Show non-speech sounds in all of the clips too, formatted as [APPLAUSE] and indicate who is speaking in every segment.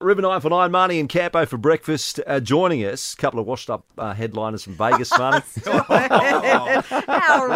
Speaker 1: Ribbon Eye for nine, Marnie and Capo for breakfast. Uh, joining us, a couple of washed up uh, headliners from Vegas, Marnie.
Speaker 2: Oh,
Speaker 3: [LAUGHS]
Speaker 4: How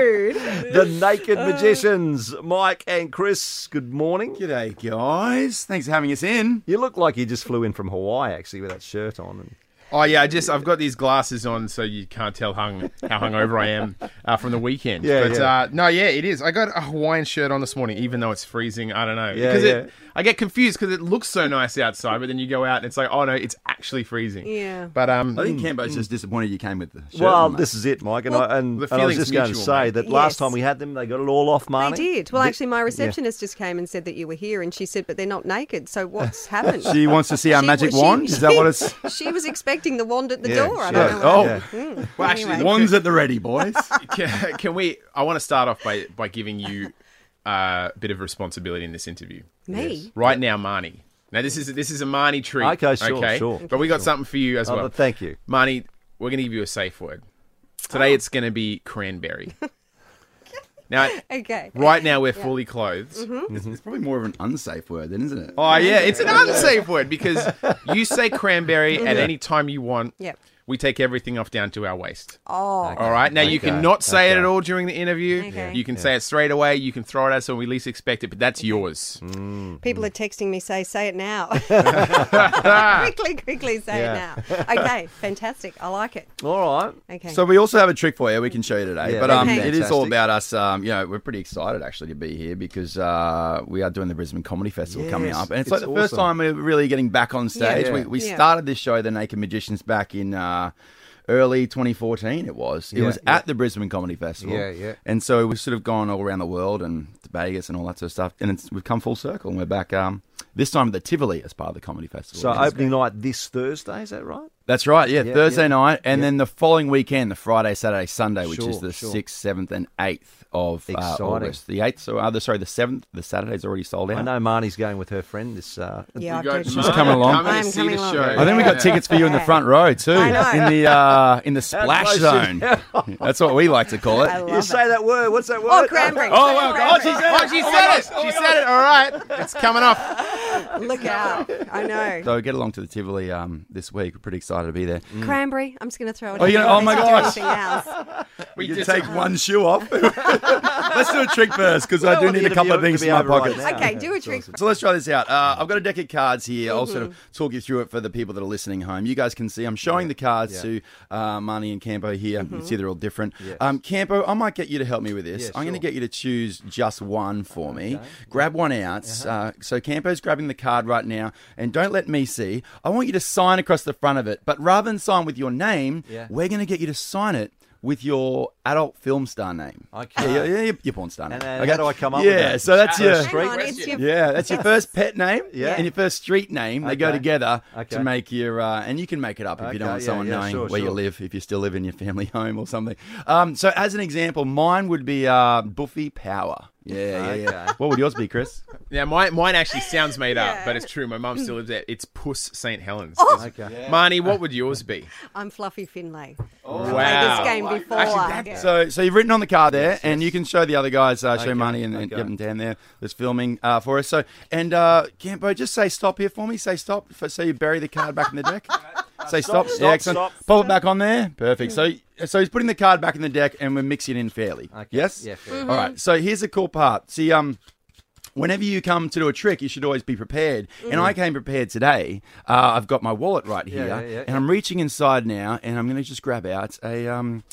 Speaker 4: rude.
Speaker 1: the Naked Magicians, Mike and Chris. Good morning.
Speaker 2: G'day, guys. Thanks for having us in.
Speaker 1: You look like you just flew in from Hawaii, actually, with that shirt on. And
Speaker 2: Oh yeah, I just I've got these glasses on, so you can't tell hung, how hungover I am uh, from the weekend.
Speaker 1: Yeah,
Speaker 2: but
Speaker 1: yeah.
Speaker 2: Uh, no, yeah, it is. I got a Hawaiian shirt on this morning, even though it's freezing. I don't know.
Speaker 1: Yeah,
Speaker 2: because
Speaker 1: yeah.
Speaker 2: It, I get confused because it looks so nice outside, but then you go out and it's like, oh no, it's actually freezing.
Speaker 4: Yeah.
Speaker 2: But um,
Speaker 3: I think Cambo's just disappointed you came with the shirt.
Speaker 1: well,
Speaker 3: on, mate.
Speaker 1: this is it, Mike. And, I, and,
Speaker 2: the
Speaker 1: and I was
Speaker 2: feeling's
Speaker 1: just going to
Speaker 2: mutual,
Speaker 1: say
Speaker 2: mate.
Speaker 1: that last
Speaker 4: Yes.
Speaker 1: time we had them, they got it all off,
Speaker 4: They
Speaker 1: Marnie.
Speaker 4: did. Well,
Speaker 1: Th- Oh,
Speaker 4: actually, my receptionist just came and said that you were here, and she said, but they're not naked, so
Speaker 3: [LAUGHS]
Speaker 4: what's happened?
Speaker 3: She wants to see our
Speaker 4: She-
Speaker 3: magic
Speaker 4: she-
Speaker 3: wand. Is that what
Speaker 4: [LAUGHS]
Speaker 3: it's?
Speaker 4: She was expecting the wand at the
Speaker 3: Yeah,
Speaker 4: door. I
Speaker 3: she
Speaker 4: don't know.
Speaker 3: is. Oh.
Speaker 4: what-
Speaker 1: Yeah.
Speaker 4: Mm.
Speaker 2: Well, actually,
Speaker 4: Anyway.
Speaker 2: one-
Speaker 3: Wands at the ready, [LAUGHS] boys.
Speaker 2: can, can we? I want to start off by by giving you uh, a bit of responsibility in this interview.
Speaker 3: Oh,
Speaker 4: Me?
Speaker 2: Right now, Marnie. Now this is this is a Marnie treat.
Speaker 1: Okay, sure, sure.
Speaker 2: But we got something for you as
Speaker 1: Oh,
Speaker 2: well.
Speaker 1: but thank you.
Speaker 2: Marnie, we're going to give you a safe word. Today
Speaker 1: Oh.
Speaker 2: it's going to be
Speaker 1: [LAUGHS]
Speaker 2: cranberry. now,
Speaker 4: Okay.
Speaker 2: right now we're fully clothed.
Speaker 1: Mm-hmm.
Speaker 3: It's probably more of an unsafe word, then, isn't it?
Speaker 2: Oh, yeah, it's an unsafe word because
Speaker 1: [LAUGHS]
Speaker 2: you say cranberry at any time you want.
Speaker 4: Yep.
Speaker 2: We take everything off down to our waist.
Speaker 4: Oh,
Speaker 2: All right. Now, you
Speaker 1: Okay.
Speaker 2: cannot say it
Speaker 1: Okay.
Speaker 2: at all during the interview.
Speaker 4: Okay.
Speaker 2: You can say it straight away. You can throw it at us when we least expect it, but that's yours.
Speaker 1: Mm.
Speaker 4: people are texting me, say, say it
Speaker 3: [LAUGHS]
Speaker 4: now. [LAUGHS]
Speaker 2: Ah,
Speaker 4: quickly, quickly say
Speaker 1: Yeah.
Speaker 4: it now. Okay, fantastic. I like it.
Speaker 1: All right.
Speaker 4: Okay.
Speaker 3: So we also have a trick for you. We can show you today,
Speaker 1: Yeah,
Speaker 3: but um,
Speaker 4: Okay.
Speaker 3: it is all
Speaker 1: fantastic.
Speaker 3: about us. Um, you know, we're pretty excited actually to be here because uh, we are doing the Brisbane Comedy Festival coming
Speaker 1: Yes,
Speaker 3: up, and it's,
Speaker 1: it's
Speaker 3: like the first
Speaker 1: awesome.
Speaker 3: time we're really getting back on stage.
Speaker 1: Yeah.
Speaker 3: We, we
Speaker 4: Yeah.
Speaker 3: started this show, The Naked Magicians, back in. Uh, Early 2014, it was. It was at the Brisbane Comedy Festival.
Speaker 1: Yeah, yeah.
Speaker 3: And so we've sort of gone all around the world and to Vegas and all that sort of stuff. And it's, we've come full circle and we're back um, this time at the Tivoli as part of the Comedy Festival.
Speaker 1: So
Speaker 3: It's
Speaker 1: opening night this Thursday, is that right?
Speaker 3: that's right. Yeah,
Speaker 1: Yeah,
Speaker 3: Thursday
Speaker 1: yeah.
Speaker 3: night, and then the following weekend, the Friday, Saturday, Sunday, which is
Speaker 1: Sure,
Speaker 3: the
Speaker 1: sure.
Speaker 3: sixth, seventh, and eighth of uh,
Speaker 1: Exciting.
Speaker 3: August. The eighth, so other sorry, the seventh. The Saturday's already sold out.
Speaker 1: I know Marnie's going with her friend this. Uh,
Speaker 4: yeah, I
Speaker 2: you got
Speaker 4: do.
Speaker 3: She's coming along.
Speaker 2: Coming to
Speaker 4: I'm
Speaker 2: see
Speaker 4: coming
Speaker 2: the
Speaker 4: along.
Speaker 2: show.
Speaker 3: I think we
Speaker 1: [LAUGHS]
Speaker 3: got tickets for you in the front row too,
Speaker 4: I know.
Speaker 3: in the uh, in the splash
Speaker 1: close
Speaker 3: zone. That's what we like to call
Speaker 4: I
Speaker 3: it.
Speaker 1: you
Speaker 4: love it.
Speaker 1: say that word. What's that word?
Speaker 4: Oh, cranberry.
Speaker 3: Oh, wow, God,
Speaker 4: Cranberry.
Speaker 2: Oh, she said it. She said it. All right. It's coming off.
Speaker 4: Look out. I know.
Speaker 3: [LAUGHS] So get along to the Tivoli um, this week. We're pretty excited to be there.
Speaker 4: Cranberry. I'm just going to throw it
Speaker 3: Mm. Oh,
Speaker 4: out
Speaker 3: you know-
Speaker 4: there.
Speaker 3: oh my
Speaker 4: Let's do
Speaker 3: gosh.
Speaker 4: anything
Speaker 3: [LAUGHS]
Speaker 4: else.
Speaker 2: We
Speaker 3: You
Speaker 2: just-
Speaker 3: take one shoe off. [LAUGHS] Let's do a trick first because I
Speaker 1: don't
Speaker 3: do
Speaker 1: want the
Speaker 3: need a couple
Speaker 1: interview
Speaker 3: of things
Speaker 1: to
Speaker 3: in
Speaker 1: be
Speaker 3: my
Speaker 1: over right
Speaker 3: pockets.
Speaker 1: now.
Speaker 4: Okay, do a
Speaker 1: It's
Speaker 4: trick.
Speaker 1: awesome.
Speaker 3: So let's try this out. Uh, I've got a deck of cards here. I'll sort of
Speaker 1: Mm-hmm.
Speaker 3: talk you through it for the people that are listening home. You guys can see I'm showing the cards to uh, Marnie and Campo here. You can see they're all different. Um, Campo, I might get you to help me with this.
Speaker 1: Mm-hmm. Yeah,
Speaker 3: I'm going to
Speaker 1: sure.
Speaker 3: get you to choose just one for me. Grab one
Speaker 1: Uh-huh.
Speaker 3: ounce. uh so Campo's grabbing the card right now, and don't let me see. I want you to sign across the front of it, but rather than sign with your name,
Speaker 1: Yeah.
Speaker 3: we're going to get you to sign it. With your adult film star name,
Speaker 1: [LAUGHS] Okay.
Speaker 3: yeah, yeah, yeah, your porn star name.
Speaker 1: And then how do I come up with
Speaker 3: Yeah,
Speaker 1: that?
Speaker 3: so that's
Speaker 2: Shout out
Speaker 3: your
Speaker 4: Hang
Speaker 2: to
Speaker 4: on, it's your
Speaker 2: Question.
Speaker 3: yeah, that's your first pet name
Speaker 1: Yeah.
Speaker 3: and your first street name. They go
Speaker 1: Okay.
Speaker 3: together
Speaker 1: Okay.
Speaker 3: to make your, uh, and you can make it up if you don't
Speaker 1: Okay,
Speaker 3: want
Speaker 1: yeah,
Speaker 3: someone
Speaker 1: yeah,
Speaker 3: knowing
Speaker 1: sure,
Speaker 3: where you
Speaker 1: sure.
Speaker 3: live, if you still live in your family [LAUGHS] home or something. Um, so, as an example, mine would be uh, Buffy Power. Yeah, yeah, yeah. What would yours be, Chris?
Speaker 2: Now, mine, mine actually sounds made
Speaker 4: Yeah.
Speaker 2: up, but it's true. My mum still lives there. It's Puss St. Helens.
Speaker 1: Okay.
Speaker 2: Marnie, what would yours be?
Speaker 4: I'm Fluffy Finlay. Played
Speaker 2: Oh. wow.
Speaker 4: this game before.
Speaker 2: Actually,
Speaker 4: Yeah.
Speaker 3: So, so you've written on the card there, and you can show the other guys, uh, show
Speaker 1: Okay,
Speaker 3: Marnie and, and
Speaker 1: okay.
Speaker 3: and Dan there that's filming uh, for us. So, and uh, Campo, just say stop here for me. Say stop. f- So you bury the card back in
Speaker 1: [LAUGHS]
Speaker 3: the deck. Say stop.
Speaker 1: Uh, Stop, stop,
Speaker 3: yeah, excellent.
Speaker 1: stop.
Speaker 3: Pop it back on there. Perfect. So, so he's putting the card back in the deck, and we're mixing it in fairly. Yes.
Speaker 1: Yeah, fair.
Speaker 3: All right. So here's the cool part. See, um. Whenever you come to do a trick, you should always be prepared. And I came prepared today. Uh, I've got my wallet right here,
Speaker 1: Mm. yeah, yeah,
Speaker 3: and
Speaker 1: yeah.
Speaker 3: I'm reaching inside now, and I'm going to just grab out a um,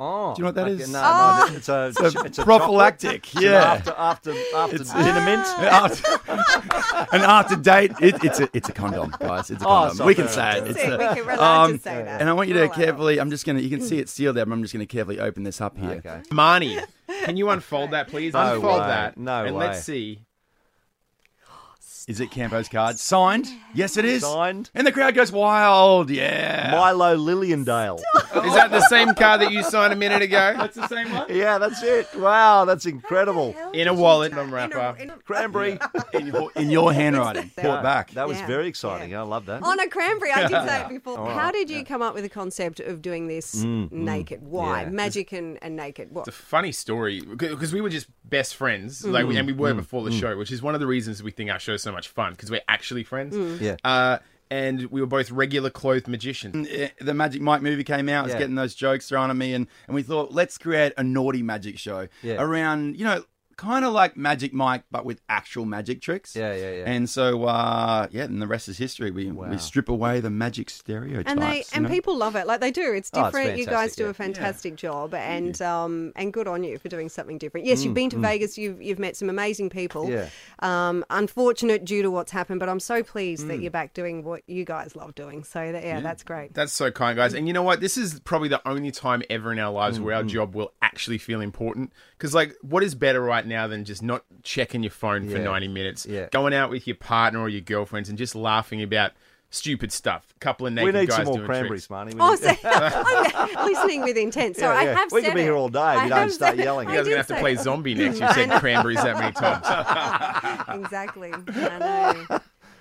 Speaker 1: Oh,
Speaker 3: Do you know what that
Speaker 1: that is?
Speaker 3: is?
Speaker 1: No,
Speaker 4: Oh.
Speaker 1: no, it's a, it's a chocolate.
Speaker 3: prophylactic.
Speaker 1: It's an
Speaker 3: yeah.
Speaker 1: after after after
Speaker 3: It's- [LAUGHS]
Speaker 1: dinner mint.
Speaker 3: and after date, it, it's a it's a condom, guys. It's a condom.
Speaker 1: Oh, sorry.
Speaker 3: we can say it.
Speaker 4: That's
Speaker 3: It's
Speaker 4: it.
Speaker 3: a-
Speaker 4: We can relax
Speaker 3: um,
Speaker 4: and say that.
Speaker 3: and I want you to
Speaker 4: Relax.
Speaker 3: carefully. I'm just gonna. You can see it sealed there, but I'm just gonna carefully open this up here.
Speaker 1: Okay.
Speaker 2: Marnie, can you unfold that, please?
Speaker 1: No
Speaker 2: unfold
Speaker 1: way.
Speaker 2: that.
Speaker 1: No
Speaker 2: And
Speaker 1: way.
Speaker 2: let's see.
Speaker 3: Is it Campo's card signed? Yes, it is.
Speaker 1: Signed.
Speaker 3: And the crowd goes wild. Yeah.
Speaker 1: Milo Lilliandale.
Speaker 2: Is that the same card that you signed a minute ago? [LAUGHS] That's the same one.
Speaker 1: Yeah, that's it. Wow, that's incredible.
Speaker 2: In a wallet,
Speaker 4: In a-
Speaker 2: non wrapper.
Speaker 4: in a-
Speaker 1: Cranberry.
Speaker 3: in, your, in your handwriting.
Speaker 4: Yeah.
Speaker 3: Pull it back.
Speaker 1: That was
Speaker 4: Yeah.
Speaker 1: very exciting. I love that.
Speaker 4: On a cranberry, I
Speaker 3: [LAUGHS]
Speaker 4: did say it
Speaker 2: Oh,
Speaker 4: before. How did you come up with the concept of
Speaker 3: Mm,
Speaker 4: doing this naked? Why
Speaker 1: Yeah.
Speaker 4: magic and, and naked? What?
Speaker 2: It's a funny story because we were just best friends, like,
Speaker 1: Mm.
Speaker 2: we, and we were before the show, which is one of the reasons we think our show's so much fun because we're actually friends.
Speaker 1: Yeah.
Speaker 2: Uh, and we were both regular clothed magicians.
Speaker 3: eh, the Magic Mike movie came out, I was
Speaker 1: Yeah.
Speaker 3: getting those jokes thrown at me, and, and we thought, let's create a naughty magic show
Speaker 1: Yeah.
Speaker 3: around, you know, kind of like Magic Mike, but with actual magic tricks.
Speaker 1: Yeah, yeah, yeah.
Speaker 3: And so, uh, yeah, and the rest is history. We,
Speaker 1: Wow.
Speaker 3: we strip away the magic stereotypes.
Speaker 4: and they
Speaker 3: you
Speaker 4: and
Speaker 3: know?
Speaker 4: people love it like they do it's
Speaker 1: Oh, it's
Speaker 4: different you guys
Speaker 1: fantastic,
Speaker 4: do
Speaker 1: yeah.
Speaker 4: a fantastic job and um and good on you for doing something different yes you've been to vegas you've you've met some amazing people
Speaker 1: Mm, Yeah.
Speaker 4: um unfortunate due to what's happened but i'm so pleased
Speaker 1: Mm.
Speaker 4: that you're back doing what you guys love doing so that, yeah, that's great
Speaker 2: That's so kind, guys.
Speaker 1: Mm.
Speaker 2: And you know what? This is probably the only time ever in our lives where our job will actually feel important. Because, like, what is better right now than just not checking your phone for
Speaker 1: Yeah.
Speaker 2: 90 minutes,
Speaker 1: Yeah.
Speaker 2: going out with your partner or your girlfriends and just laughing about stupid stuff? couple of
Speaker 1: We
Speaker 2: naked
Speaker 1: need
Speaker 2: guys
Speaker 1: some more
Speaker 2: doing
Speaker 1: cranberries,
Speaker 2: tricks.
Speaker 1: Marnie. We
Speaker 4: Oh,
Speaker 1: need-
Speaker 4: so, [LAUGHS] I'm listening
Speaker 1: [LAUGHS]
Speaker 4: with intent. So
Speaker 1: Yeah,
Speaker 4: I
Speaker 1: yeah.
Speaker 4: have
Speaker 1: We
Speaker 4: said
Speaker 1: could be
Speaker 4: it.
Speaker 1: here all day if
Speaker 4: I
Speaker 1: you don't
Speaker 4: have
Speaker 1: start
Speaker 4: said-
Speaker 1: yelling.
Speaker 4: I
Speaker 1: You
Speaker 2: You guys are
Speaker 4: did
Speaker 2: going to have to
Speaker 4: say
Speaker 2: play
Speaker 4: that.
Speaker 2: zombie
Speaker 4: [LAUGHS]
Speaker 2: next. You said cranberries that many
Speaker 1: [LAUGHS]
Speaker 2: times.
Speaker 4: Exactly. I know.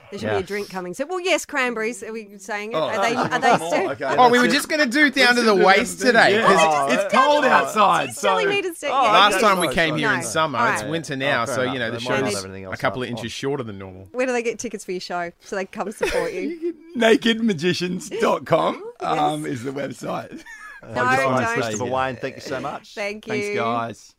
Speaker 4: There should
Speaker 1: Yeah.
Speaker 4: be a drink coming. So, well, yes, cranberries. Are we saying it? are they?
Speaker 3: Oh,
Speaker 4: Are they
Speaker 3: more.
Speaker 4: still?
Speaker 3: Okay,
Speaker 2: Oh, we
Speaker 3: that's
Speaker 2: were
Speaker 3: it.
Speaker 2: just going to do down to the
Speaker 3: Let's do
Speaker 2: waist
Speaker 3: them
Speaker 2: today.
Speaker 3: things.
Speaker 2: 'cause
Speaker 3: Oh, it's cold outside.
Speaker 4: You silly
Speaker 3: [LAUGHS]
Speaker 4: meters to- yeah,
Speaker 2: Oh, Last
Speaker 4: yeah.
Speaker 2: time we
Speaker 1: Sorry,
Speaker 2: came
Speaker 1: sorry,
Speaker 2: here in
Speaker 4: sorry.
Speaker 2: summer,
Speaker 4: Alright.
Speaker 2: it's winter
Speaker 1: Oh,
Speaker 2: now,
Speaker 1: fair
Speaker 2: so
Speaker 1: enough.
Speaker 2: you know the
Speaker 1: They might
Speaker 4: not
Speaker 2: show's
Speaker 4: have
Speaker 1: everything
Speaker 2: a
Speaker 1: else
Speaker 2: couple of
Speaker 1: up.
Speaker 2: inches shorter than normal.
Speaker 4: Where do they get tickets for your show so they come support
Speaker 2: [LAUGHS]
Speaker 4: you? [LAUGHS]
Speaker 3: nakedmagicians.com um, is the website.
Speaker 4: no,
Speaker 1: Thanks,
Speaker 4: don't.
Speaker 1: Christopher Wayne. Thank you so much.
Speaker 4: Thank you.
Speaker 3: Thanks, guys.